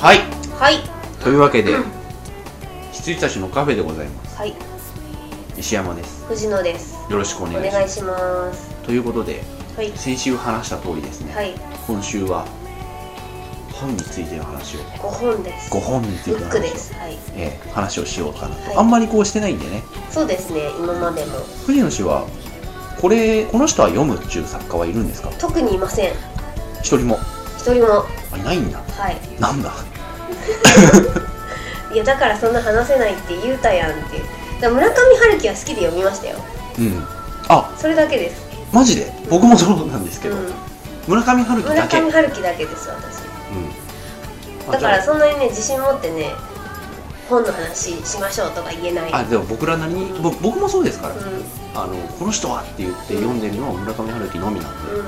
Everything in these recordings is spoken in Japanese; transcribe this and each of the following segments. はいはいというわけで羊たちのカフェでございますはい石山です藤野ですよろしくおお願いし願まいすしますということではい先週話した通りですね、はい今週は本についての話を5本です5本についブてのック話でを、すはいええ話をしようかなと、はいあんまりこうしてないんでねそうですね今までも藤野氏はこれこの人は読むっていう作家はいるんですか特にいません一人も一人もはあいないんだいなんだいやだからそんな話せないって言うたやんってだから村上春樹は好きで読みましたようんあそれだけですマジで僕もそうなんですけど、うん、村上春樹村だけ、うん上、春樹だけです私あだじかゃあらそんなにね自信持ってね本の話しましょうとか言えないあでも僕らなりにぼ僕もそうですから、うんあのこの人はって言って読んでるのは村上春樹のみなんで、うん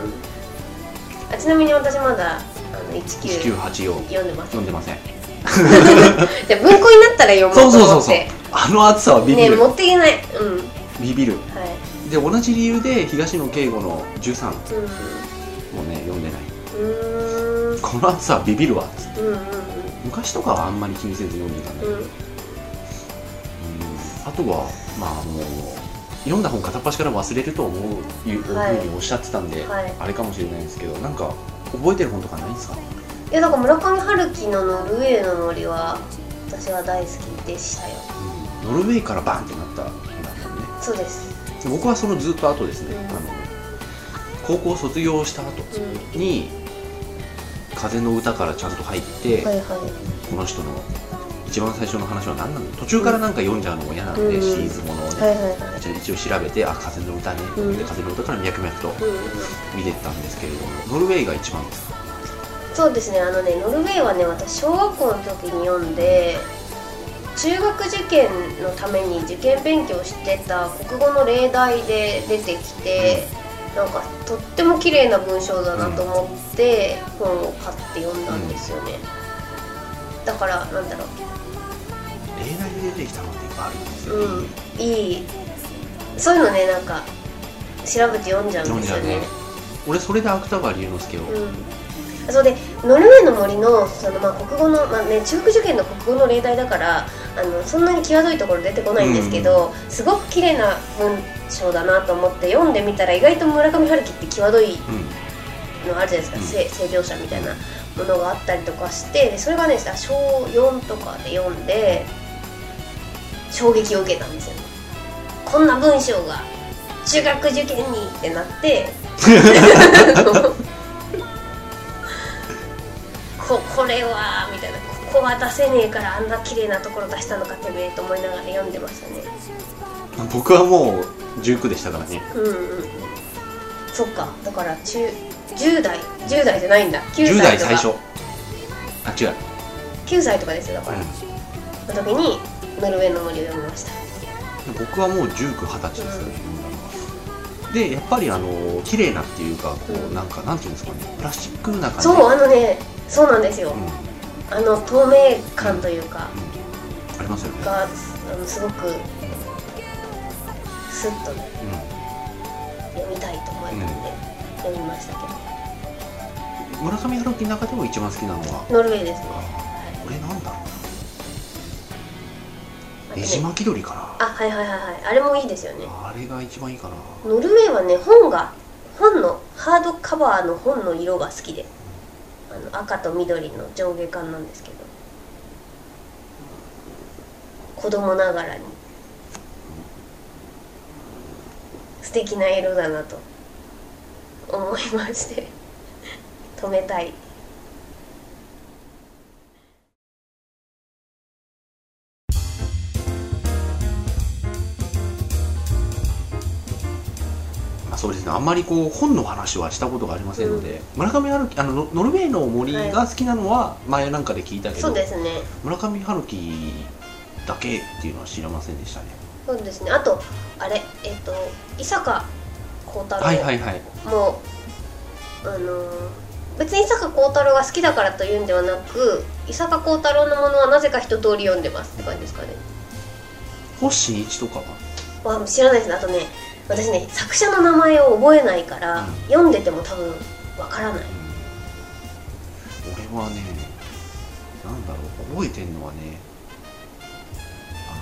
あちなみに私まだあの19 1984読んでます読んでません じゃあ文庫になったら読もそううと思ってそうそうそうあの暑さはビビねる、持っていけないうんはビビるいで同じ理由で東野圭吾の13うんうもね読んでないーんこの暑さはビビるわっつってうん昔とかはあんまり気にせず読んでたんだけうんうど、んうんうんあとはまあもう読んだ本片っ端から忘れると思ういうふはいうにおっしゃってたんで、はいあれかもしれないんですけどなんか覚えてる本とかないんですかいやだから村上春樹の「ノルウェーの森」は私は大好きでしたよノルウェーからバンってなったんだったのねそうですで僕はそのずっと後ですね、うんあの高校卒業した後うんに「風の歌」からちゃんと入って、はいはいこの人の一番最初の話は何なの途中からなんか読んじゃうのも嫌なんで、うんシリーズものをね、はいはいはい一応一応調べて「あ風の歌ね」うんで風の歌から脈々とうんうん見てったんですけれどもノルウェーが一番ですかそうですねあのねノルウェーはね私小学校の時に読んで中学受験のために受験勉強してた国語の例題で出てきて、なんかとっても綺麗な文章だなと思って本を買って読んだんですよね、だからなんだろ例題で出てきたのっていっぱいあるんですよ、ううんいいそういうのねなんか調べて読んじゃうん読んでじすゃようねね俺それで芥川龍之介を、うん、そうでノルウェーの森のその、まあ、国語の、まあね、中学受験の国語の例題だからあのそんなに際どいところ出てこないんですけど、すごく綺麗な文章だなと思って読んでみたら意外と村上春樹って際どいうんのあるじゃないですか、うん性性描写みたいなものがあったりとかしてでそれがねあ小4とかで読んで衝撃を受けたんですよねこんな文章が中学受験にってなって ここれはみたいなここは出せねえからあんな綺麗なところ出したのかてめえと思いながら読んでましたね僕はもう19でしたからねうんうんそっかだから中10代10代じゃないんだ9 10代歳最とか初あ違う、 9歳とかですよだから、の時に「ノルウェーの森」を読みました僕はもう1920歳ですよね、でやっぱりあの綺麗なっていうかこううんなんかなんていうんですかねプラスチックな感じそうあのねそうなんですよ、うんうんあの透明感というかありますよね、があのすごくスッとね読みたいと思えたんで、読みましたけうん、村上春樹の中でも一番好きなのはどノルウェーですねあはいこれなんだろあうとねねじ巻き鳥かあはいはいはいはいあれもいいですよねなあれが一番いいかなノルウェーはね本が本のハードカバーの本の色が好きであの赤と緑の上下巻なんですけど子供ながらに素敵な色だなと思いまして止めたいまあ、そうですねあんまりこう本の話はしたことがありませんので、村上春樹あのノノルウェーの森が好きなのは前なんかで聞いたけど、そうですね村上春樹だけっていうのは知らませんでしたねそうですねあとあれえっ、と伊坂幸太郎、はいはいはいもうあのー別に伊坂幸太郎が好きだからというんではなく伊坂幸太郎のものはなぜか一通り読んでますって感じですかね星一とかはわ知らないですねあとね私ね作者の名前を覚えないから、うん読んでても多分わからない俺はねなんだろう覚えてんのはね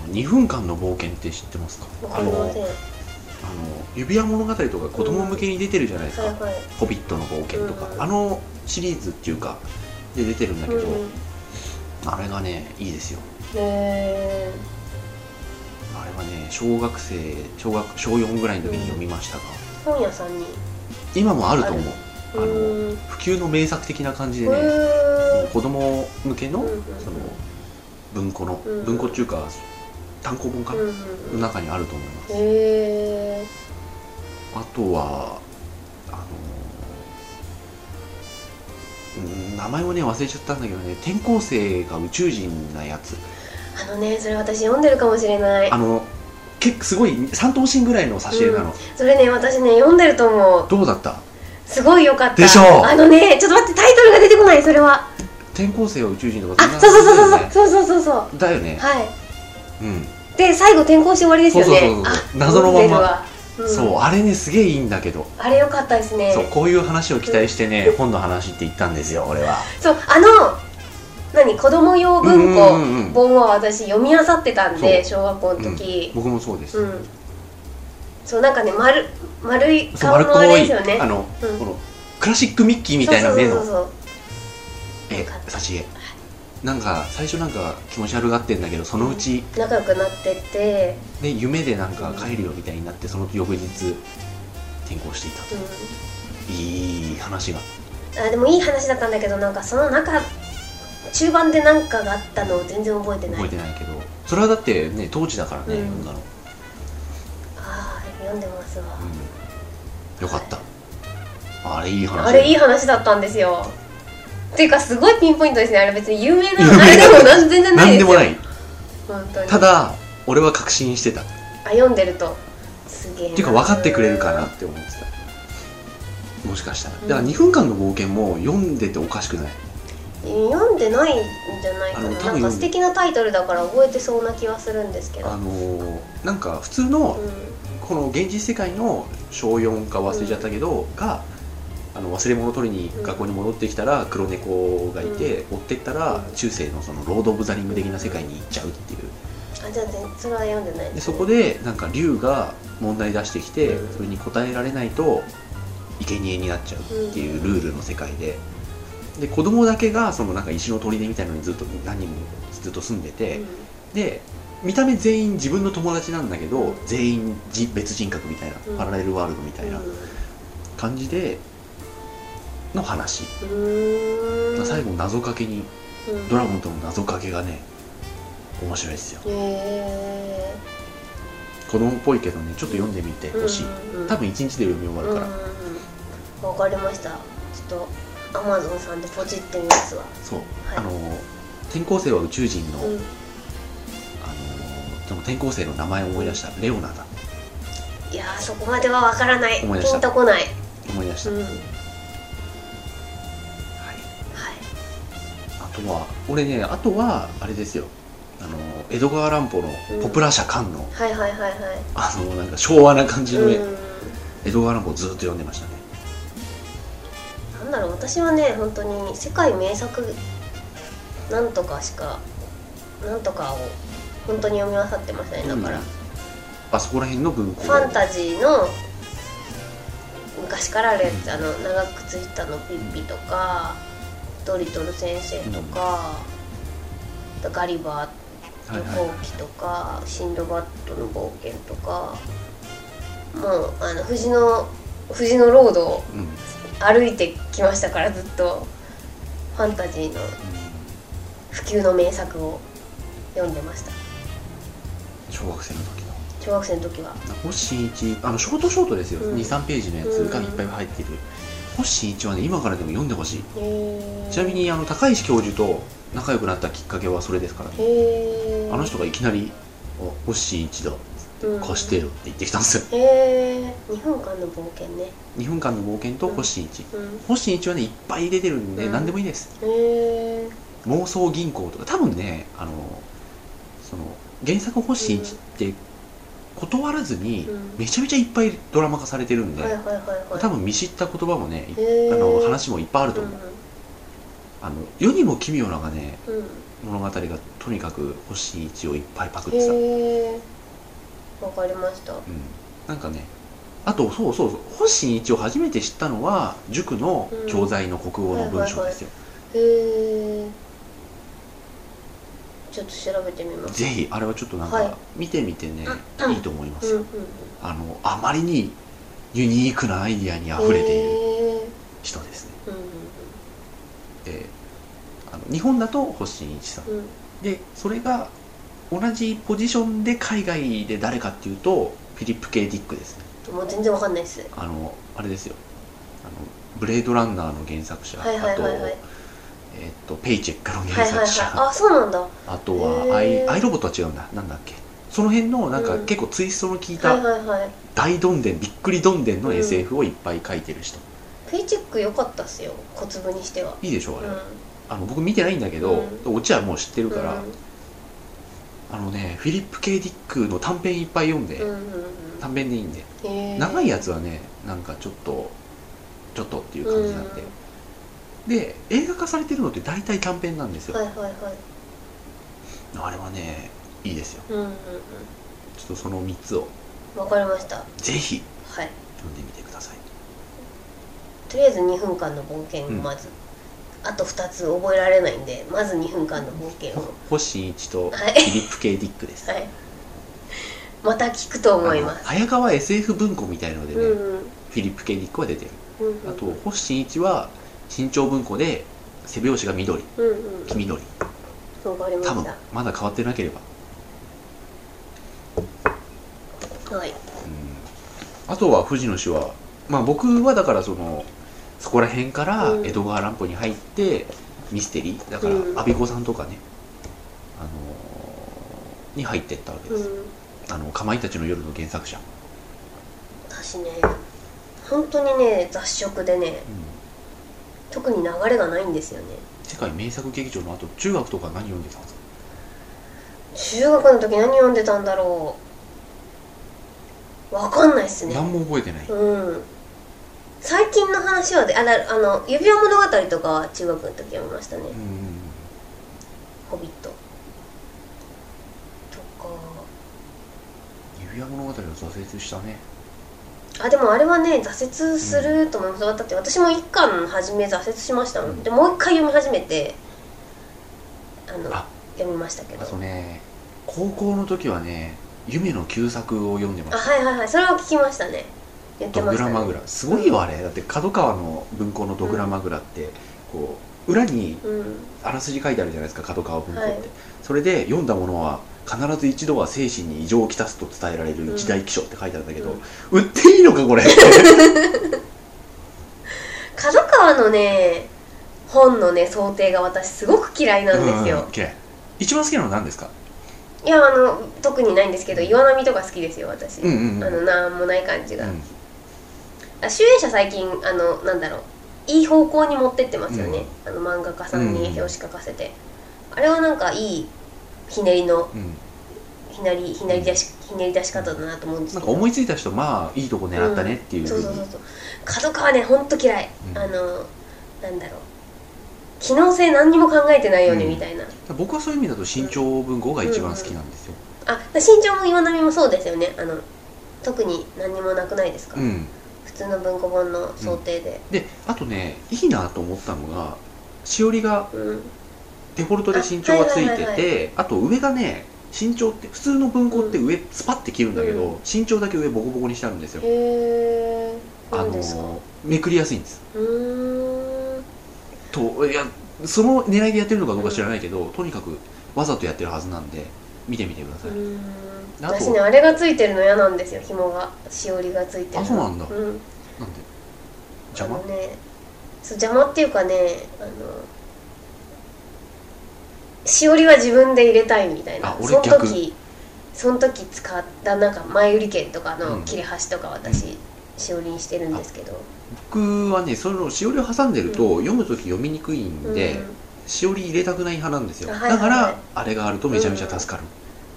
あの2分間の冒険って知ってますかわあかりませのんはあの指輪物語とか子供向けに出てるじゃないですかいはい「ホビットの冒険」とか、うんあのシリーズっていうかで出てるんだけど、うんあれがねいいですよへあれはね小学生小学小4ぐらいの時に読みましたが、ー本屋さんに今もあると思うあのうん普及の名作的な感じでへね、ー子供向けのうんうんその文庫の、うん文庫っていうか単行本かな、うんうんの中にあると思います、へーあとはあのーうん名前をね忘れちゃったんだけどね転校生が宇宙人なやつあのねそれ私読んでるかもしれないあの結構すごい3等身ぐらいの挿絵なの、それね私ね読んでると思うどうだったすごい良かったでしょうあのねちょっと待ってタイトルが出てこないそれは転校生は宇宙人とかあんなそうそうそう感じそうそうそうそうそうそうだよねはうん、いで最後転校して終わりですよねそうそうそうそうあ謎のまま読んでるわうんそうあれねすげえいいんだけど、あれ良かったですねそうこういう話を期待してね、本の話って言ったんですよ俺はそうあの何子供用文うんうん庫うん本は私読み漁ってたんで小学校の時僕もそうです、うん、そうなんかね丸丸いそう顔丸っのこあれでいすよねあの、うんこのクラシックミッキーみたいな目そうのそうえ挿絵なんか最初なんか気持ち悪がってんだけどそのうちそう仲良くなってって、で夢でなんか帰るよみたいになってその翌日転校していたとういい話がん、あでもいい話だったんだけどなんかその中中盤で何かがあったのを全然覚えてない覚えてないけどそれはだってね当時だからね、うん読んだの、ああ読んでますわ、うん、よかったあれいい話あれいい話だったんですよっていうかすごいピンポイントですねあれ別に有名有名なあれでもなん全然ない何でですよもない本当にただ俺は確信してたっあ読んでるとすげえっていうか分かってくれるかなって思ってたもしかしたらだから2分間の冒険も読んでておかしくない読んでないんじゃないかなあの多分なんか素敵なタイトルだから覚えてそうな気はするんですけどあのーなんか普通のうこの現実世界の小4か忘れちゃったけど、があの忘れ物を取りに学校に戻ってきたら黒猫がいて、追ってったら中世のそのロード・オブ・ザ・リング的な世界に行っちゃうっていうんあじゃあ全それは読んでないでそこでなんか竜が問題出してきてうんそれに答えられないと生贄になっちゃうっていうルールの世界でで子供だけがそのなんか石の砦みたいなのにずっと何人もずっと住んでて、で見た目全員自分の友達なんだけど全員じ別人格みたいな、うんパラレルワールドみたいなうん感じでの話、うーん最後謎かけにうんドラゴンとの謎かけがね面白いですよへえ子供っぽいけどねちょっと読んでみてほしい、うんうん多分一日で読み終わるから、うんうんうんわかりましたちょっとアマゾンさんでポチってみますわそう、はいあの転校生は宇宙人の、うんあのその転校生の名前を思い出したレオナだいやーそこまではわからないピ思い出したンとこない思い出した、うんはいはいあとは俺ねあとはあれですよあの江戸川乱歩のポプラ社館の、はいはいはいはいあのなんか昭和な感じの絵、うん江戸川乱歩をずっと読んでましたねなんだろう私はね本当に世界名作なんとかしかなんとかを本当に読み漁ってましたねだから、うんあそこら辺の文庫ファンタジーの昔からあるやつあの長靴下のピッピとかドリトル先生とか、ガリバーはいとはい放棄とか、シンドバッドの冒険とかもうあの藤の藤のロードをうんうん歩いてきましたからずっとファンタジーの普及の名作を読んでました小学生の時の小学生の時は星一あのショートショートですよ、うん23ページのやつがいっぱい入ってる、星一はね今からでも読んでほしいちなみにあの高石教授と仲良くなったきっかけはそれですからねへーあの人がいきなり「あ星一だうん貸してる」って言ってきたんですよへえ2分間の冒険ね2分間の冒険と星一うん星一はねいっぱい出てるんで、うん何でもいいですへえ妄想銀行とか多分ねあのその原作星一って断らずにうんめちゃめちゃいっぱいドラマ化されてるんで、はいはいはいはい多分見知った言葉もねいへーあの話もいっぱいあると思う、うんああの世にも奇妙ながねうん物語がとにかく星1をいっぱいパクってた、うん、へえわかりましたうなんかねあとそうそうそう星1を初めて知ったのは塾の教材の国語の文章ですよ、へえちょっと調べてみますぜひあれはちょっとなんはいか見てみてね、うんい、いと思いまうすんうよ、んあのあまりにユニークなアイディアにあふれているいる人ですね、うんであの日本だと星新一さんうんうんでそれが同じポジションで海外で誰かっていうとフィリップ・ケイ・ディックですねもう全然わかんないですあのあれですよあのブレードランナーの原作者、はいはいはいはいあと,、えっとペイチェックのは原いはいは作い者、あそうなんだあとへーはアイアイロボットは違うんだなんだっけその辺のなんかうん結構ツイストの効いはいたはいはい大どんでんびっくりどんでんのうん SF をいっぱい書いてる人、ペイチェック良かったっすよ小粒にしては、いいでしょあうれ、ん、あの僕見てないんだけど、うオチはもう知ってるから、うんあのねフィリップ・ケイ・ディックの短編いっぱい読んで、うんうんうん短編でいいんでへー長いやつはねなんかちょっとちょっとっていう感じなんで、で映画化されてるのって大体短編なんですよ、はいはいはいあれはねいいですようんうんうんちょっとその3つをわかりましたぜひはい読んでみてくださいとりあえず2分間の冒険をまず、あと2つ覚えられないんでまず2分間の冒険をほ星一とフはいィリップ・ケイ・ディックです、はいまた聞くと思いあまのす早川 SF 文庫みたいのでうね、んフうんィリップ・ケイ・ディックは出てる、うんうんあと星新一は新潮文庫で背表紙が緑うんうん黄緑わかりま多分しまだ変わってなければたはいうんあとは藤野氏は、まあ、僕はだからそのそこら辺からうん江戸川乱歩に入ってミステリーだからうん阿部子さんとかね、あのーに入っていったわけうです、んあのかまいたちの夜の原作者、私ね本当にね雑食でね特に流れがないんですよね世界名作劇場の後中学とか何読んでたんですか中学の時何読んでたんだろうわかんないっすね何も覚えてない、うん最近の話はであなあの指輪物語とかは中学の時読みましたねうん「ホビット」と指輪物語を挫折したねかあでもあれはね挫折すると思います、だって私も一巻初め挫折しましたもんでもう一回読み始めてあのあ読みましたけどあとね高校の時はね夢の旧作を読んでまあしたはいはいはいそれは聞きましたね言ってドまグしたラねマグラすごいよあれだって角川の文庫のドグラマグラってこう裏にうんあらすじ書いてあるじゃないですか角川文庫って、はいそれで読んだものは必ず一度は精神に異常をきたすと伝えられる一大気象って書いてあるんだけど、売っていいのかこれ角川のね本のね想定が私すごく嫌いなんですよ、うん嫌い一番好きなのは何ですかいやあの特にないんですけど岩波とか好きですよ私、うんうんうんあのなんもない感じうが、んあ集英社最近あのなんだろういい方向に持ってってますよね、あの漫画家さんうんに表紙書かせて、あれはなんかいいひねりのうんひなりひなり出しひねり出し方だなと思うんですなんけかど思いついた人まあいいとこ狙ったねっていうふそううにそうそうそう角川ねほんと嫌い、うんあのなんだろう機能性何にも考えてないよね、うんみたいな僕はそういう意味だと新潮文庫が一番好きなんですよ、あ身長も岩波もそうですよねあの特に何にもなくないですか、うん、普通の文庫本の想定で、であとねいいなと思ったのがしおりがうんデフォルトで身長がついあはていはいはいてあと上がね身長って普通の文庫って上スパッて切るんだけど、う身長だけ上ボコボコにしてあるんですよ、へえあ何のですかうめくりやすいんですーんといやその狙いでやってるのかどうか知らないけど、とにかくわざとやってるはずなんで見てみてくださうい、ーんあと私ねあれがついてるの嫌なんですよ紐がしおりがついてるのあそうなんだうん、なんで邪あ魔のねそう邪魔っていうかねあのしおりは自分で入れたいみたいなあ俺その逆時その時使ったなんか前売り券とかの切れ端とか私、しおりにしてるんですけど僕はねそのしおりを挟んでると、読む時読みにくいんで、うんしおり入れたくない派なんですよ、あはいはいはいだからあれがあるとめちゃめちゃ助かる、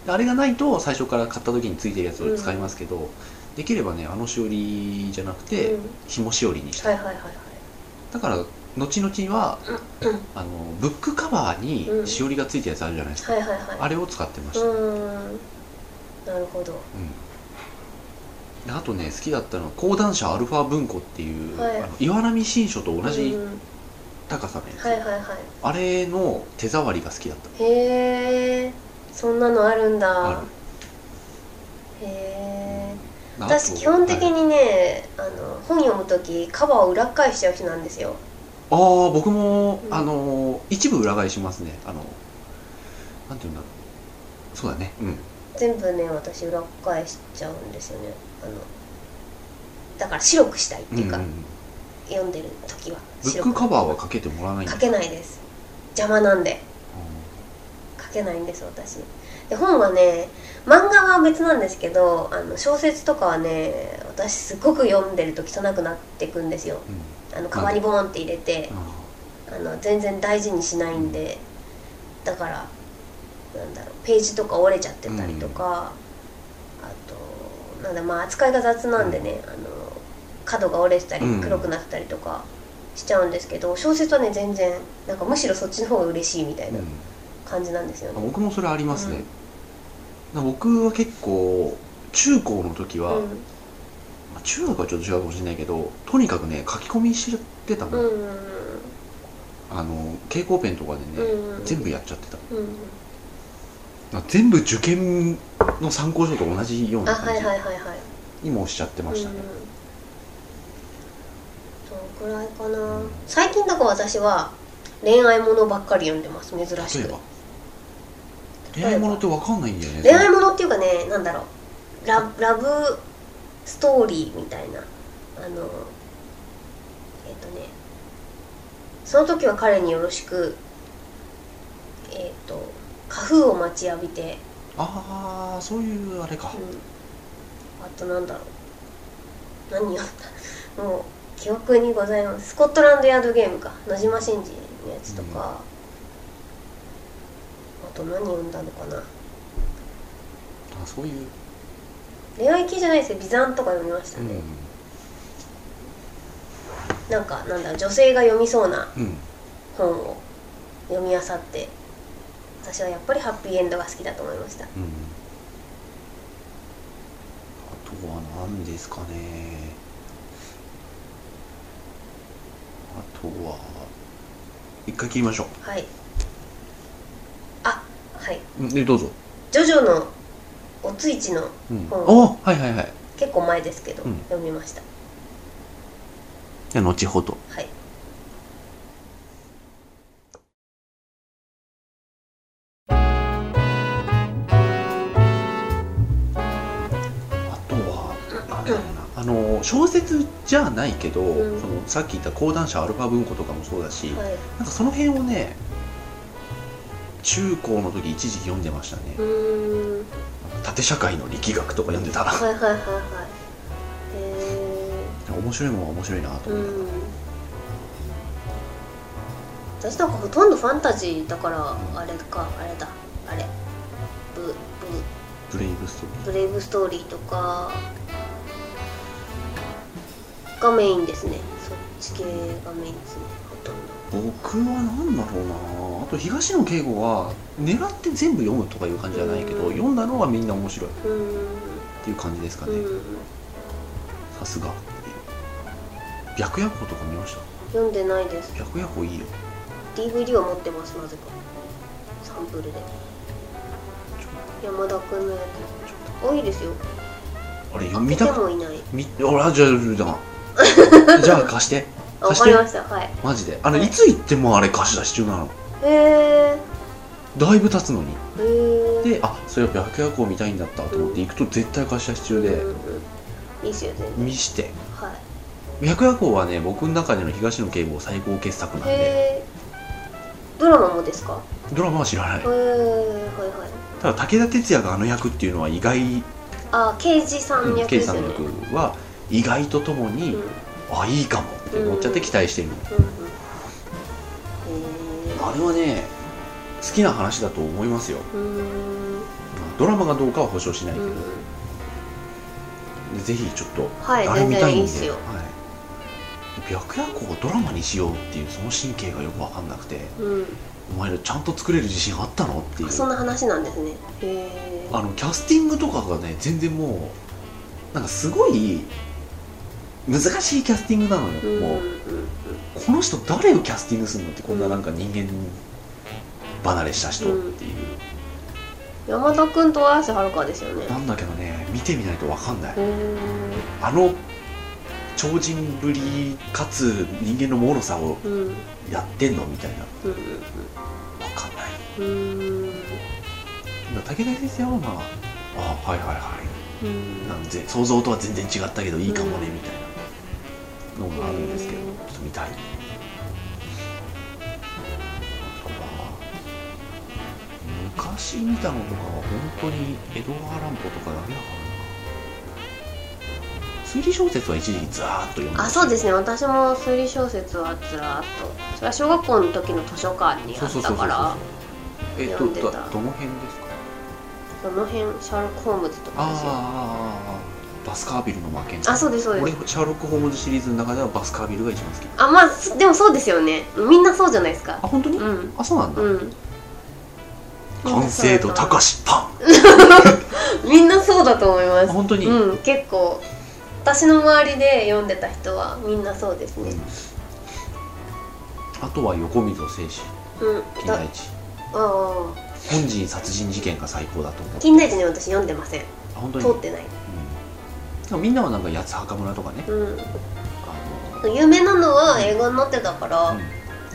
であれがないと最初から買った時についてるやつを使いますけど、できればねあのしおりじゃなくて、うん紐しおりにした、はいいはいはいはいだから後々はうんあのブックカバーにしおりがついたやつあるじゃないですか、はいはいはいあれを使ってましうた、うんーんなるほどであとね好きだったのは講談社アルファ文庫っていう、はいあの岩波新書と同じうん高さのやつ、はいはいはいあれの手触りが好きだったへえそんなのあるんあだるへえあと私基本的はいにね、あの本読む時カバーを裏返しちゃう人なんですよああ僕も、うんあの一部裏返しますねあのなんていうんだろうそうだねうん全部ね私裏返しちゃうんですよねあのだから白くしたいっていうか、んんん読んでる時はブッ白クくカバーはかけてもらわないんだ書けないです邪魔なんでう書けないんです私で本はね漫画は別なんですけどあの小説とかはね私すごく読んでると汚くなっていくんですよんうんあのカバンにボーンって入れてああの全然大事にしないんでだからなんだろうページとか折れちゃってたりとか、あとなんだまあ扱いが雑なんでね、あの角が折れてたりうん黒くなってたりとかしちゃうんですけど、小説はね全然なんかむしろそっちの方が嬉しいみたいーなうん感じなんですよあね。僕もそれありますねうん、だから僕は結構中高の時は、うんまあ中学はちょっと違うかもしれないけどとにかくね書き込みしてたも、うんんあの蛍光ペンとかでね、うん全部やっちゃってたうんだから全部受験の参考書と同じようあなはい感はいじはいはいにもしちゃってましたね、うんそのくらいかな最近だから私は恋愛ものばっかり読んでます珍し例えくば恋愛ものって分かんないんだよね恋愛ものっていうかねなんだろうララブストーリーみたいなあのえっ、とねその時は彼によろしくえっ、と花粉を待ちわびてああそういうあれか、うん、あとなんだろう何やったもう記憶にございますスコットランドヤードゲームか野島真司のやつとか、あと何読んだのかなあそういう、恋愛系じゃないですけど「ビザン」とか読みましたうんね、なんかなんだろう女性が読みそうなうん、本を読み漁って私はやっぱりハッピーエンドが好きだと思いましたうん、あとは何ですかねあとは一回切りましょはいあはいううんでどうぞ、 「ジョジョのおついち」のうん、あうんはいはいはい結構前ですけど、うん読みましたじゃあ後ほどはいあとはなんだろうなあの小説じゃないけど、うんそのさっき言った講談社アルファ文庫とかもそうだし、はいなんかその辺をね中高の時一時期読んでましたねうーん縦社会の力学とか読んでた はいはいはいはいへ面白いもんは面白いなとえう思って、ん私なんかほとんどファンタジーだからあれかあれだあれブブレイブストーリーブブレイブストーリーとかがメインですねそっち系がメインですねほとんど僕は何だろうなあと東野圭吾は狙って全部読むとかいう感じじゃないけど、うん読んだのはみんな面白いっうーんていう感じですかねうんさすが白夜行とか見ました読んでないです白夜行いいよ DVD を持ってますなぜかサンプルで山田君のやつ多いですよあれ見見てたもいないみあらじゃあじ ゃあじゃあ貸してあわ貸しかてりましたはいマジであのいつ行ってもあれ貸し出し中なのへえだいぶ経つのにへえであそれやっぱ白夜行見たいんだったと思って行くと絶対貸し出し中でうんうんいいっすよ全見然しては白夜行はね僕の中での東野圭吾最高傑作なんいへでえドラマもですかドラマは知らないへえはいはいただ武田鉄矢があの役っていうのは意外あ刑事さん役圭で司すさよんねの役は意外とともうんに、うんうんあいいかもって思っちゃって期待してる、へあれはね好きな話だと思いますよえうんドラマがどうかは保証しないけうど、んでぜひちょっとはいあれ全見た然いいいんっすで、よはい白夜行をドラマにしようっていうその神経がよく分かんなくてうんお前らちゃんと作れる自信あったのっていうあそんな話なんですねへえあのキャスティングとかがね全然もうなんかすごい難しいキャスティングなのよ、うんもうこの人誰をキャスティングするのってこんななんか人間離れした人っていう、山田君と綾瀬はるかですよねなんだけどね見てみないと分かんない、へえあの超人ぶりかつ人間の脆さをうんうんやってんのみたいなうん分かんないうんうんだから武田先生はまああはいはいはうんいなんで想像とは全然違ったけどいいかもねみたいなのがあるんですけど、へちーょっと見たいねだから昔見たのとかは本当に江戸川乱歩とかだけだからな推理小説は一時期ずーっと読んでたあそうですね私も推理小説はずらーっとそれは小学校の時の図書館にあそうそっうそうそうそたかうらえっと読んでどたどの辺ですかその辺シャーロック・ホームズとかですよああバスカービルの魔剣あそうですそうで俺すシャーロック・ホームズシリーズの中ではバスカービルが一番好きあまあすでもそうですよねみんなそうじゃないですかあ本当に、うんあそうなんだ、うん完成度高ししパみんなそうだと思いまンす本当に、うん結構私の周りで読んでた人はみんなそうですねあとは横溝正史うん金だ田一ああ本人殺人事件が最高だと思う金田一ね私読んでませんあ本当に、通うっんてない、でもみんなはなんか八つ墓村とかねうあん有名なのは映画になってたかの、らうん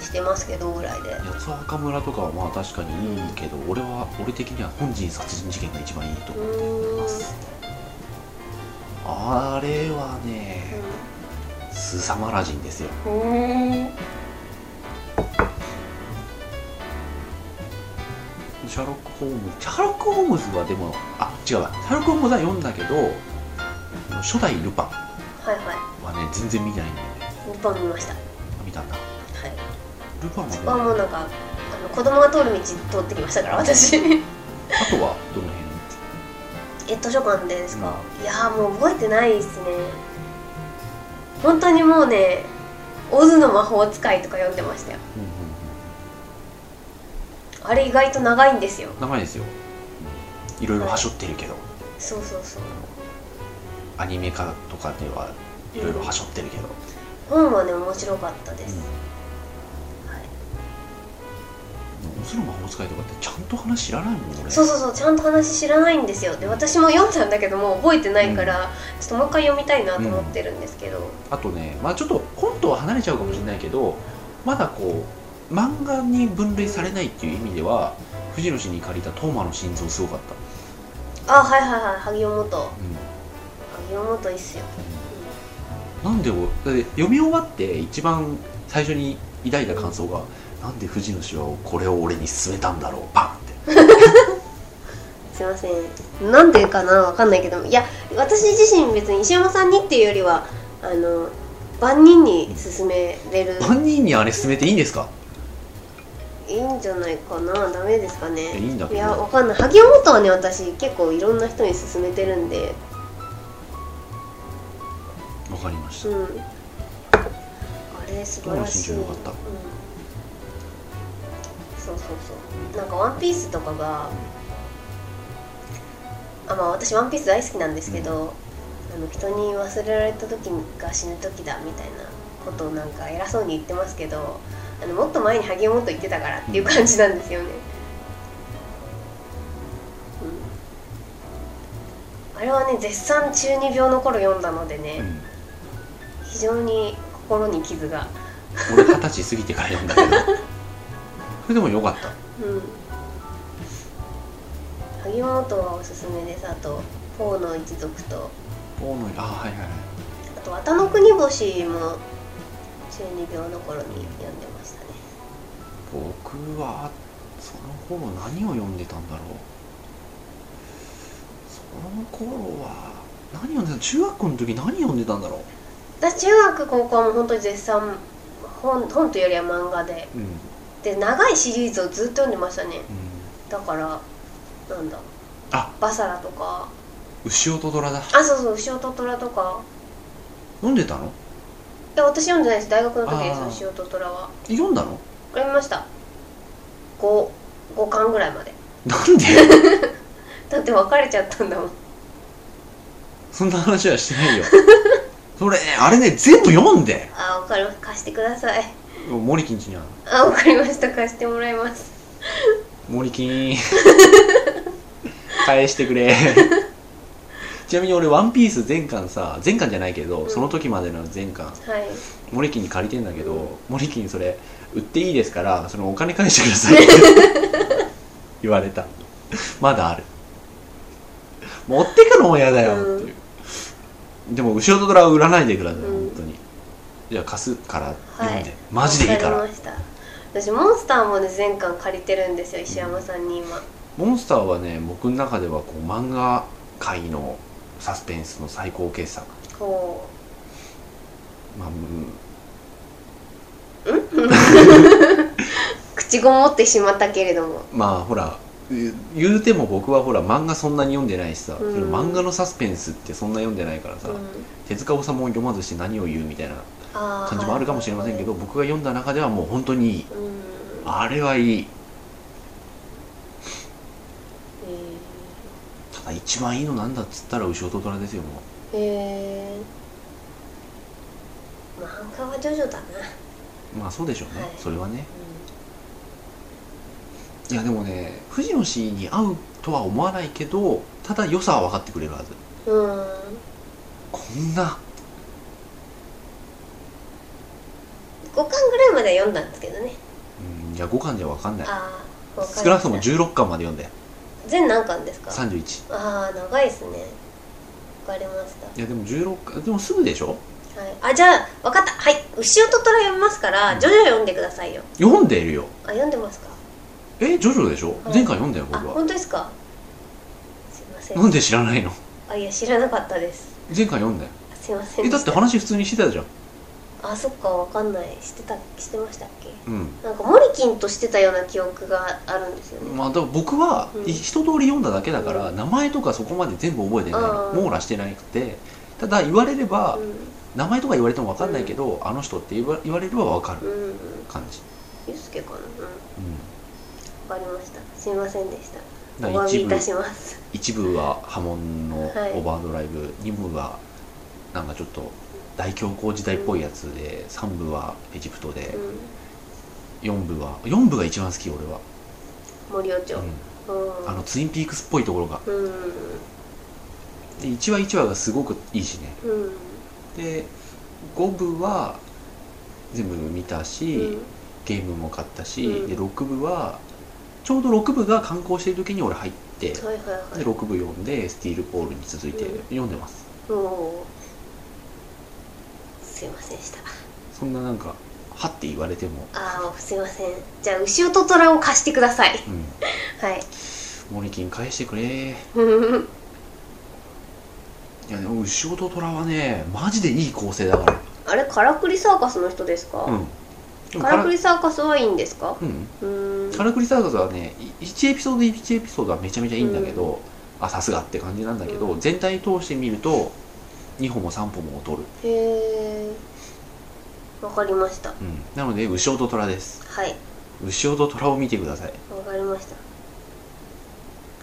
してますけどぐらいで八つ墓村とかはまあ確かにいいけど俺は俺的には本人殺人事件が一番いいとう思いーんますあれはね、すさまらじんですようんシャーロック・ホームズシャーロック・ホームズはでもあ違うわシャーロック・ホームズは読んだけど初代ルパンはいははね全然見ないんだよねいルパン見ましたは見たんだいルパンそこははねもうなんかあの子供が通る道通ってきましたから私あとはどの辺え図書館でですか、いやーもう覚えてないですね本当にもうね「オズの魔法使い」とか読んでましたようんうんあれ意外と長いんですようん長いですよいろいろはしょってるけどそうそうそうアニメ化とかではいろいろはしょってるけど、本はね面白かったです、オスの魔法使いとかってちゃんと話知らないもん俺そうそうそうちゃんと話知らないんですよで私も読んだんだけどもう覚えてないから、ちょっともう一回読みたいなと思ってるんですけど、あとねまあちょっと本とは離れちゃうかもしれないけどまだこう漫画に分類されないっていう意味では藤野氏に借りた「トーマの心臓」すごかった、あはいはいはい萩尾元う萩尾元いいっすよん、なんでおだって読み終わって一番最初に抱いた感想が「なんで藤野氏はこれを俺に勧めたんだろうパン!」ってすいませんなんでかなわかんないけどもいや私自身別に石山さんにっていうよりはあの万人に勧めれる万人にあれ勧めていいんですかいいんじゃないかなダメですかいやねいいんだけいどやわかんない萩尾元はね私結構いろんな人に勧めてるんでわかりましうたんあれ素晴らしい、どうのん身長よかった、そうそうそうなんか「ワンピースとかがあまあ私「ワンピース大好きなんですけど、あの人に忘れられた時が死ぬ時だみたいなことをなんか偉そうに言ってますけどあのもっと前に萩尾元言ってたからっていう感じなんですよね、うん、あれはね絶賛中二病の頃読んだのでね、うん非常に心に傷が、俺二十歳過ぎてから読んだけどそれでもよかったうん、萩本はおすすめですあと「ポーの一族と」大野にあはいはいはいあと「綿の国星」も中二病の頃に読んでましたね僕はその頃何を読んでたんだろうその頃は何読んでた中学校の時何読んでたんだろ私中学高校も本当に絶賛本本というよりは漫画でう、うんで長いシリーズをずっと読んでましたねだからなんだあバサラとか牛尾と虎だあそうそう「牛尾と虎」とか読んでたのや私読んでないです大学の時であーすよ「塩と虎」は読んだの読みました 5, 5巻ぐらいまでなんでだって別れちゃったんだもん そんな話はしてないよ それねあれね全部読んであーわかります貸してくださいもう森キンちにあるあわかりました貸してもらいます森金 返してく れちなみに俺「ワンピース全巻さ全巻じゃないけど、うんその時までの全巻はい森金に借りてんだけど、うん森金にそれ売っていいですからそのお金返してくださいって 言われたまだある持ってくのも嫌だよっていう、でも後ろとドラは売らないでください、うん本当にじゃあ貸すからは読んいで、マジでいいからわりました私モンスターもね全巻借りてるんですよ石山さんに今モンスターはね僕の中ではこう漫画界のサスペンスの最高傑作、こまあうんう口ごもってしまったけれどもまあほらう言うても僕はほら漫画そんなに読んでないしさ、うんそれ漫画のサスペンスってそんな読んでないからさ、うん手塚治虫も読まずして何を言うみたいなあー感じもあるかもしれませんけど、僕が読んだ中ではもう本当にいいうんあれはいいただ一番いいのなんだっつったら後ろと虎ですよもえーえー漫画はジョジョだな、うまあそうでしょうね、はいそれはねいやでもね藤野氏に合うとは思わないけどただ良さは分かってくれるはずうん、こんな5巻ぐらいまでは読んだんですけどねうんいや5巻じゃ分かんないああ少なくとも16巻まで読んで全何巻ですか31ああ長いですねわかりましたいやでも16巻でもすぐでしょはい、あじゃあ分かったはい「牛音虎」読みますから「ジョジョ」読んでくださいよ読んでいるよあ読んでますかえジョジョでしょ、はい前回読んだよあ僕は本当ですかすいませなんんで知らないのあいや知らなかったです前回読んだよすいませんえでだしったて話普通にしてたじゃんあそっか分かんないしてたしてましたっけうんなんかモリキンとしてたような記憶があるんですよねまあ、だから僕はうんい一通り読んだだけだから、名前とかそこまで全部覚えてないの、うん網羅してなくてただ言われれば、う名前とか言われても分かんないけど、あの人って言わ言われれば分かるんうん感じ、ユうスケかなうん分うん、かりましたすいませんでしただおから詫一びい部たします一部は波紋のオはいーバードライブ、二部はなんかちょっと大恐慌時代っぽいやつで三部はエジプトでうん四部は四部が一番好き俺は、森尾町ううんん、あのツインピークスっぽいところがうんで一話一話がすごくいいしねうんで五部は全部見たし、うんゲームも買ったし、うんで6部はちょうど6部が刊行してる時に俺入って、ではいはいはい6部読んで「スティールポール」に続いてうん読んでます、もうすいませんでしたそんななんかはって言われても、ああすいませんじゃあ牛と虎を貸してくださいうん、はい モリキン返してくれいうんやでも牛尾と虎はねマジでいい構成だからあれカラクリサーカスの人ですか、うんでもカカララクリサーカスはいいんですかうんうーんカラクリサーカスはねい1エピソード1エピソードはめちゃめちゃいいんだけど、あさすがって感じなんだけど、う全体通して見ると2歩も3歩も劣る、へえわかりましたうん、なので牛尾と虎ですはい牛尾と虎を見てくださいわかりました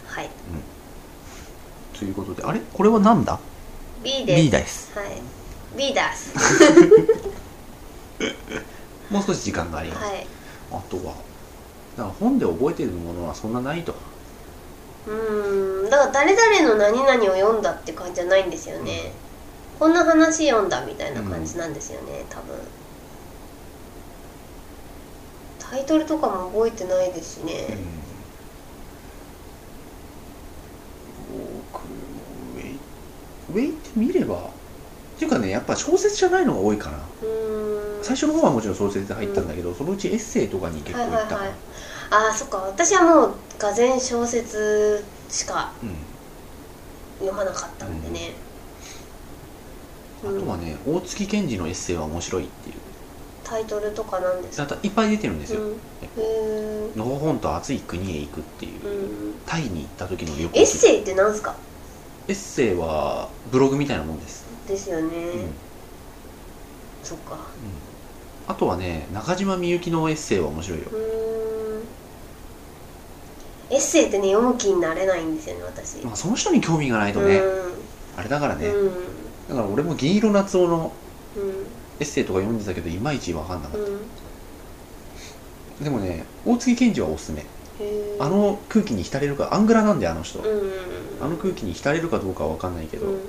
はいということであれこれはなんだ B です B ですはい B だすもう少し時間があります、はいあとはだから本で覚えてるものはそんなないとうーんだから誰々の何々を読んだって感じじゃないんですよね、こんな話読んだみたいな感じなんですよね、多分タイトルとかも覚えてないですしね、僕もウェイウェイって見ればっていうかねやっぱ小説じゃないのが多いかなうーん最初の方はもちろん小説で入ったんだけど、そのうちエッセイとかに結構はいいっはいた、はいああそっか私はもうがぜん小説しか読まなかったんでね、うん、あとはね大月健二のエッセイは面白いっていうタイトルとかなんですだかからいっぱい出てるんですよ、うんへのほほんと暑い国へ行くっていうー、うんタイに行った時の旅行記エッセイってなんすかエッセイはブログみたいなもんです、ですよね、うんそっかあとはね中島みゆきのエッセイは面白いようーんエッセイってね読む気になれないんですよね私、まあその人に興味がないとね、あれだからうんね、うんだから俺も銀色夏男のうんエッセイとか読んでたけどいまいち分かんなかっうんた、でもね大月健二はおすすめへーあの空気に浸れるかアングラなんであの人、うんうんあの空気に浸れるかどうかは分かんないけど、うん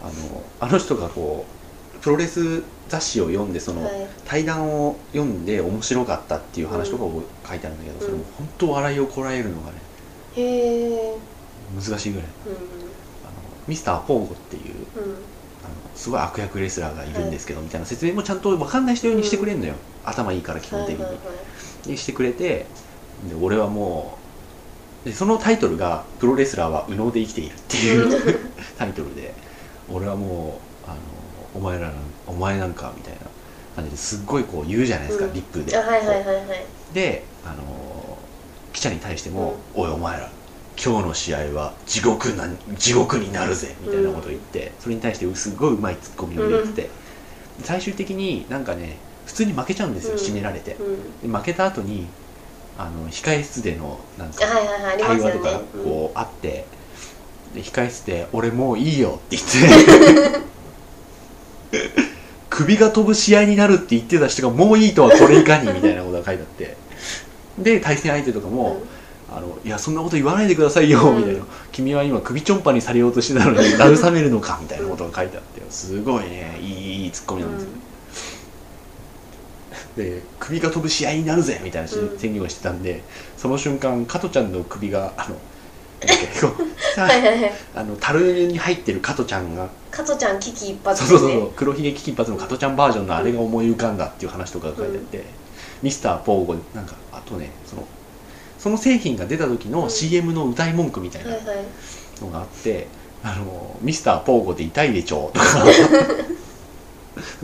あのあの人がこうプロレス雑誌を読んでその、はい対談を読んで面白かったっていう話とかを書いてあるんだけど、それも本当笑いをこらえるのがねへえ難しいぐらいうあんのミスター・ポーゴっていううんあのすごい悪役レスラーがいるんですけど、みたいな説明もちゃんと分かんない人用にしてくれんのよ、頭いいから基本的に、はいはいにしてくれてで俺はもうでそのタイトルが「プロレスラーは右脳で生きている」ってはいいうタイトルで俺はもうあのお前らなんお前なんかみたいな感じですっごいこう言うじゃないですか、うんリップうんで、あはいはいはいはいであの記者に対しても「おいお前ら今日の試合は地獄な地獄になるぜ」みたいなことを言って、それに対してすっごいうまいツッコミを入れてて、最終的になんかね普通に負けちゃうんですようん締められて、うんで負けた後にあの控え室でのなんかはいはいはいありま対す話よねとかうんこうあって、で控え室で「俺もういいよ」って言って 首が飛ぶ試合になるって言ってた人が「もういいとはこれいかに」みたいなことが書いてあってで対戦相手とかもう「んあのいやそんなこと言わないでくださいよ」うんみたいな「君は今首ちょんぱにされようとしてたのに 慰めるのか」みたいなことが書いてあってすごいねいいいいツッコミなんですよ、で首が飛ぶ試合になるぜみたいなうん宣言をしてたんで、その瞬間加トちゃんの首があ のなんだっけこうさはいはいはいあの樽に入ってる加トちゃんが加トちゃん危機一髪そうそでうすそうねそう黒ひげ危機一髪の加トちゃんバージョンのあれが思い浮かんだっていう話とかが書いてあって、ミスターポーゴなんかあとねそのその製品が出た時うのん CM の歌い文句みたいなはいはいのがあって「あのミスターポーゴで痛いでちょ」とか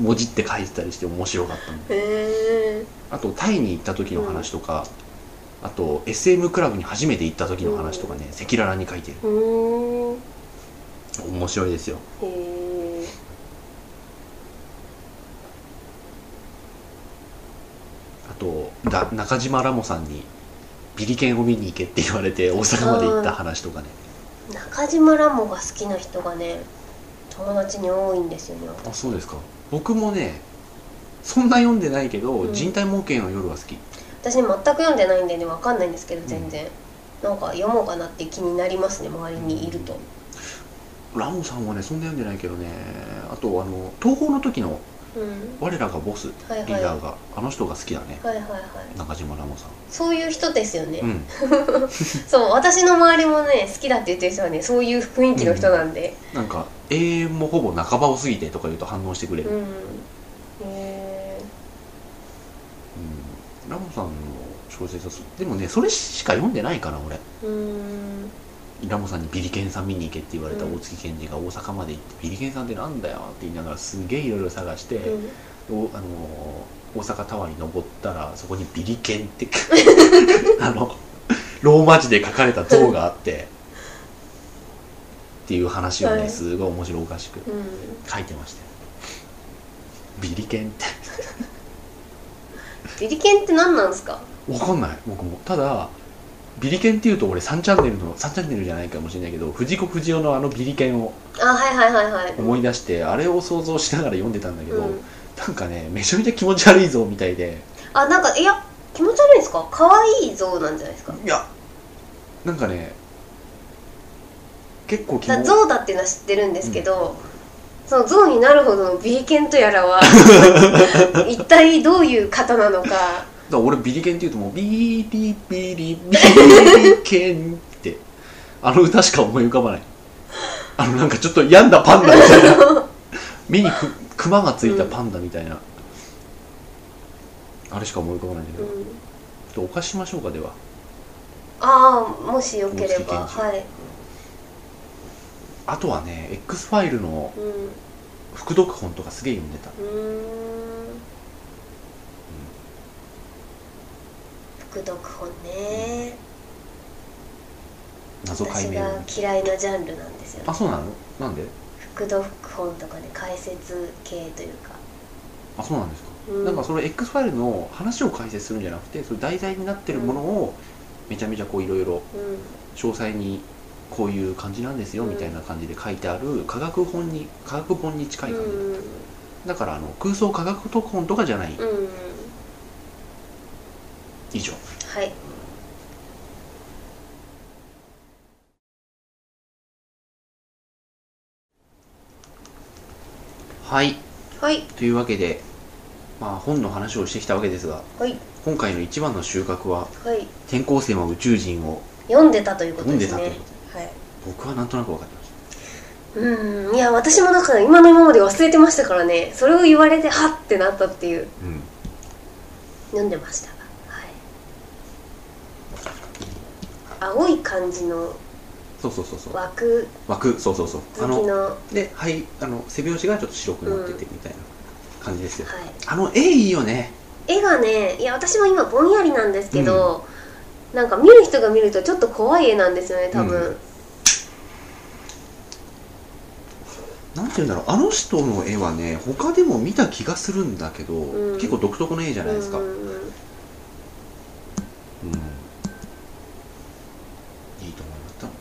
文字って書いてたりして面白かったのへえあとタイに行った時の話とか、あと SM クラブに初めて行った時の話とかね赤裸々に書いてるうーん面白いですよへえあとだ中島ラモさんにビリケンを見に行けって言われて大阪まで行った話とかね中島ラモが好きな人がね友達に多いんですよねあそうですか僕もねそんな読んでないけど、うん人体模型の夜は好き私ね全く読んでないんでね分かんないんですけど全然、なんか読もうかなって気になりますね周りにいるとラモさんはねそんな読んでないけどねあとあの東宝の時のうん我らがボスリはいはいーダはーがあの人が好きだねいはいはい中島ラモさんそういう人ですよね、うんそう私の周りもね好きだって言ってる人はねそういう雰囲気の人なんでなんか永遠もほぼ半ばを過ぎてとか言うと反応してくれうる、ん、うんへラモさんの小説はそでもねそれしか読んでないかな俺えうんラモさんにビリケンさん見に行けって言われたうん大月健二が大阪まで行って、ビリケンさんってなんだよって言いながらすげえいろいろ探して、うんおあのー大阪タワーに登ったらそこにビリケンって あのローマ字で書かれた像があってっていう話をはねいすごい面白おかしくうん書いてましたよビリケンってビリケンって何なんですかわかんない僕もただビリケンっていうと俺3チャンネルの3チャンネルじゃないかもしれないけど藤子不二雄のあのビリケンをあはいはいはいはい思い出してあれを想像しながら読んでたんだけど、うんなんかねめちゃめちゃ気持ち悪いぞみたいであなんかいや気持ち悪いんですか可愛い像なんじゃないですかいやなんかね結構気だ持ち象だっていうのは知ってるんですけど、その象になるほどのビリケンとやら は一体どういう方なのかだから俺ビリケンっていうともうビーリビリビリケンってあの歌しか思い浮かばないあのなんかちょっと病んだパンダみたいな目にくクマがついたパンダみたいな、あれしか思い浮かばないんだけうど、ちょんっとお貸ししましょうかではああもしよければ公式研究はい、あとはね X ファイルのうん、う副読本とかすげえ読んでたーん副読本ね謎解私明がの嫌いなジャンルなんですよあそうなのなんで副読本とかね解説系というかあそうなんですか、うんなんかその X ファイルの話を解説するんじゃなくてその題材になってるものをめちゃめちゃこういろいろうん詳細にこういう感じなんですよみたいな感じで書いてある科学本に科学本に近い感じ、うんだからあの空想科学特本とかじゃないうん以上はいはいはいというわけでまあ本の話をしてきたわけですがはい今回の一番の収穫ははい転校生は宇宙人を読んでたということ読んでですたというねことではい僕はなんとなく分かってましたうんいや私もなんか今の今まで忘れてましたからねそれを言われてはっってなったっていううん読んでましたはい青い感じのそうそうそうそう枠枠そうそうそうあ好きののはではいあの背表紙がちょっと白くなっててみたいな感じですよ、いあの絵いいよね絵がねいや私も今ぼんやりなんですけど、なんか見る人が見るとちょっと怖い絵なんですよね多分、うなんて言うんだろうあの人の絵はね他でも見た気がするんだけど、うん結構独特の絵じゃないですか、ううんんうんうんいいと思います多分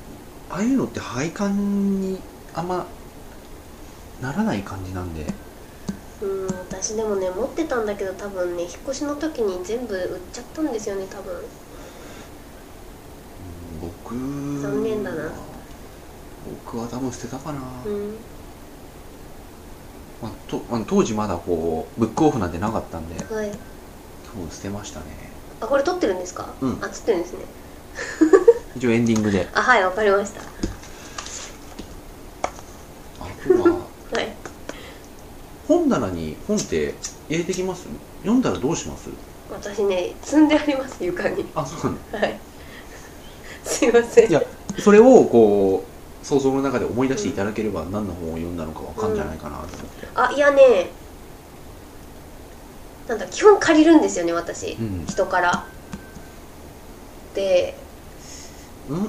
ああいうのって配管にあんまならない感じなんでうん私でもね持ってたんだけど多分ね引っ越しの時に全部売っちゃったんですよね多分僕残念だな僕は多分捨てたかな、うんまあ、とあの当時まだこうブックオフなんてなかったんではい多分捨てましたねあこれ撮ってるんですか、うんあ撮ってるんですね一応エンディングであはいわかりましたあとははい本棚に本って入れてきます読んだらどうします私ね積んであります床にあそうなのはい すいませんいやそれをこう想像の中で思い出していただければ何の本を読んだのかわかんじゃないかなと思ってあいやねなんだ基本借りるんですよね私うん、人からでうん、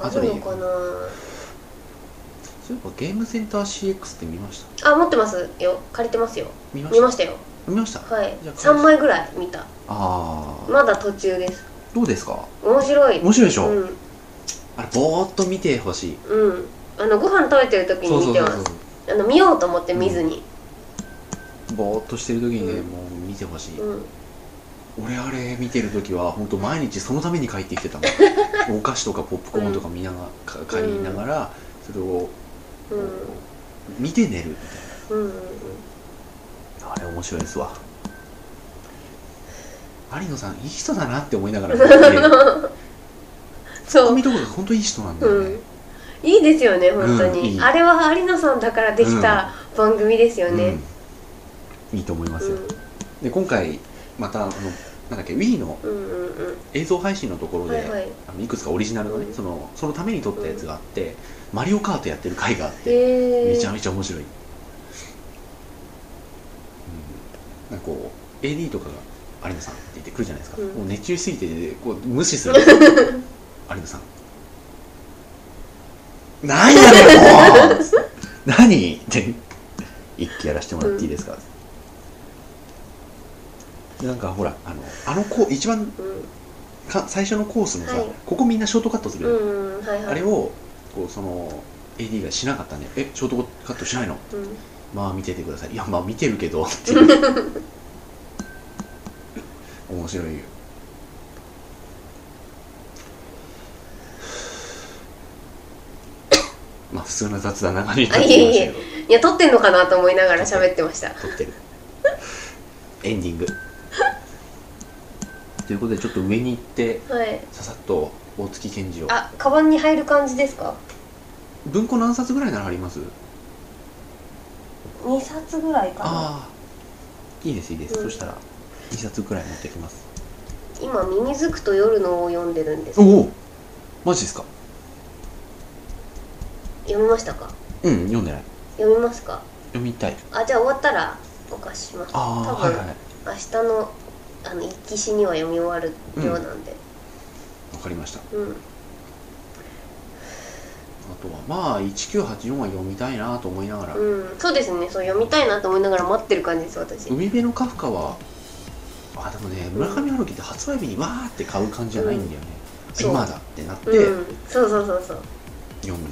ああそれいるいのよかなそういえばゲームセンター CX って見ましたあ持ってますよ借りてますよ見まし見たましたよ見ましたあはいじゃあ3枚ぐらい見たあーまだ途中ですどうですか面白い面白いでしょ、うんあれぼーっと見てほしいうんあのご飯食べてる時そうにそ見うてそうますあの見ようと思って見ずにそうぼーっとしてる時にね、うんもう見てほしい、うん俺あれ見てる時は本当毎日そのために帰ってきてた もんお菓子とかポップコーンとか見ながか借りながらそれをうんうん見て寝るうんうんあれ面白いですわ有野さんいい人だなって思いながら見てツッそコうミとこが本当いい人なんだようねん、いいですよね本当うんいに、いあれは有野さんだからできた番組ですよね、うんいいと思いますうよ、んで今回またあのなんだっけ Wii のうんうん映像配信のとこうろんで、はいはいあのいくつかオリジナルのね、うんそのそのために撮ったやつがあって、マリオカートやってる回があって、へえめちゃめちゃ面白い、うん、なんかこう AD とかが「有野さん」って言ってくるじゃないですか、うんもう熱中しすぎてこう無視す る有野さん何やねんもう何って一気やらせてもらっていいですか、でなんかほらあのあのこう一番うか最初のコースのさ、はいここみんなショートカットするんよ、うんうんはいはいあれをこうその AD がしなかったんで「えショートカットしないの?うん」まあ見ててください「いやまあ見てるけど」って面白いよまあ普通な雑談流れになってきましたけどいや撮ってんのかなと思いながら喋ってました撮ってるエンディングということでちょっと上に行ってはいささっと大月健二をあカバンに入る感じですか文庫何冊ぐらいならあります2冊ぐらいかなああいいですいいです、うんそしたら2冊くらい持ってきます今「ミミズクと夜の」を読んでるんですおおマジですか読みましたかうん読んでない読みますか読みたいあじゃあ終わったらお貸ししますああ多はい分、はいわ明日のあの一騎士には読み終わるようなんでかりましたうん、あとはまあ1984は読みたいなと思いながら、うん、そうですねそう読みたいなと思いながら待ってる感じです私海辺のカフカはあでもね村上春樹って発売日にわーって買う感じじゃないんだよね、うん今だってなってうん、そうそうそうそう読む、うん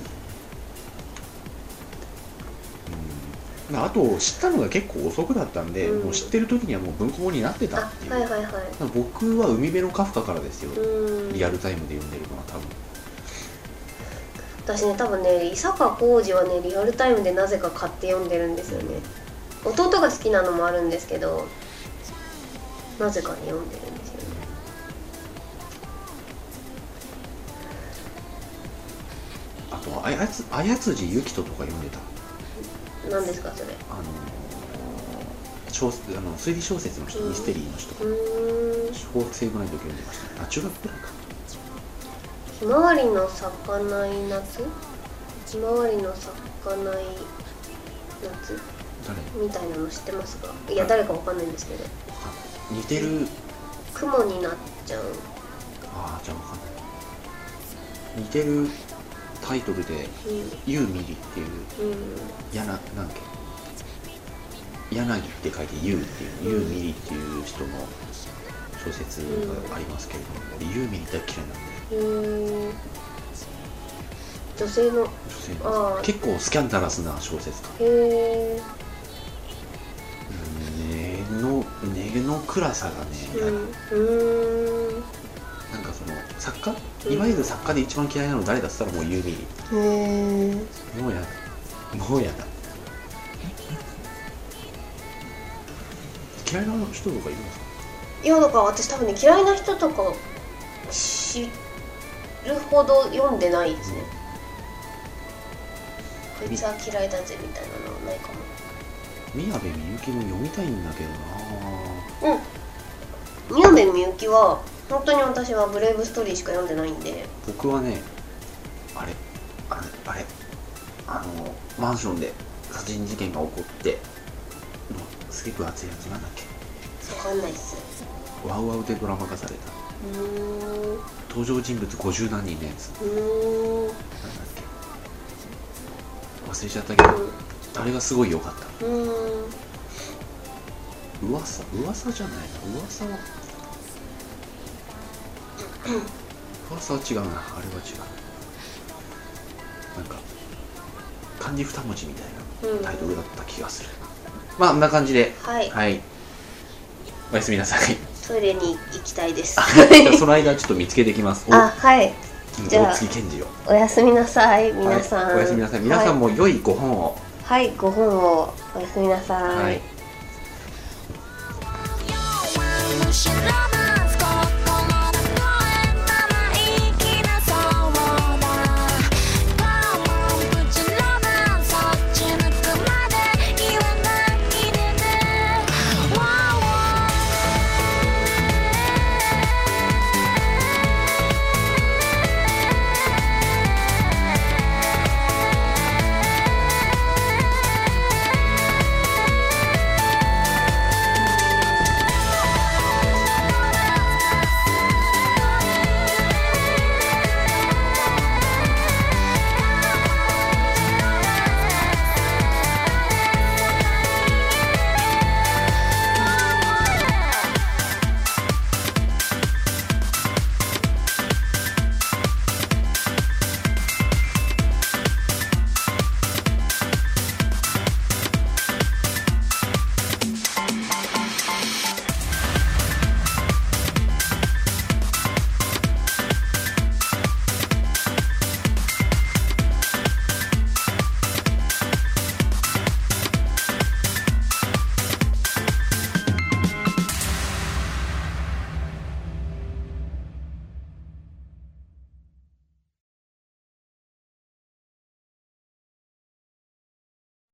まああと知ったのが結構遅くだったんで、うんもう知ってる時にはもう文庫本になってたあっていう、はいはいは僕は海辺のカフカからですよ、いうんリアルタイムで読んでるのは多分私ね多分ね伊坂浩二はねリアルタイムでなぜか買って読んでるんですよね弟が好きなのもあるんですけどなぜかね読んでるんですよねあとはあやつあやつじゆきととか読んでた何ですかそれあのー小説あの推理小説の人、うんミステリーの人うーん小学生ぐらいの時読んでましたねあ中学ぐらいかひまわりの咲かない夏ひまわりの咲かない夏誰みたいなの知ってますかいや誰かわかんないんですけどあ似てる雲になっちゃうああじゃあわかんない似てるタイトルで「ユーミリ」っていううん、うん、やななんだっけ柳って書いて「ユー」っていう「ユーミリ」っていう人の小説がありますけれども俺ユーミリ大嫌いなんでへー女性の女性あのー結構スキャンダラスな小説家へえ根の根の暗さがね、うんうーんなんかその作家、うんいわゆる作家で一番嫌いなの誰だっつったらもうユーミへえリもうやだもうやだ嫌いな人とかいるんですかいやだから私多分ね嫌いな人とか知るほど読んでないですねこいつは嫌いだぜみたいなのはないか宮部みゆきも読みたいんだけどなもうん宮部みゆきは本当に私は「ブレイブストーリー」しか読んでないんで僕はねあれあれあれあのマンションで殺人事件が起こってのすげく熱いやつなんだっけわかんないですワウワウでドラマ化されたうーんう登場人物50何人のやつーんなんだっけ忘れちゃったけどあれがすごい良かったうーん噂噂じゃないな噂は噂は違うなあれは違うなんか漢字二文字みたいうんなタイトルだった気がする、まあこんな感じではいはいおやすみなさいトイレに行きたい ですじゃあその間ちょっと見つけてきますおあはいじゃあ大月健二をおやすみなさい皆さん、はいおやすみなさい皆さんもも良いご本をはい、はいご本をおやすみなさいはい You're one who should love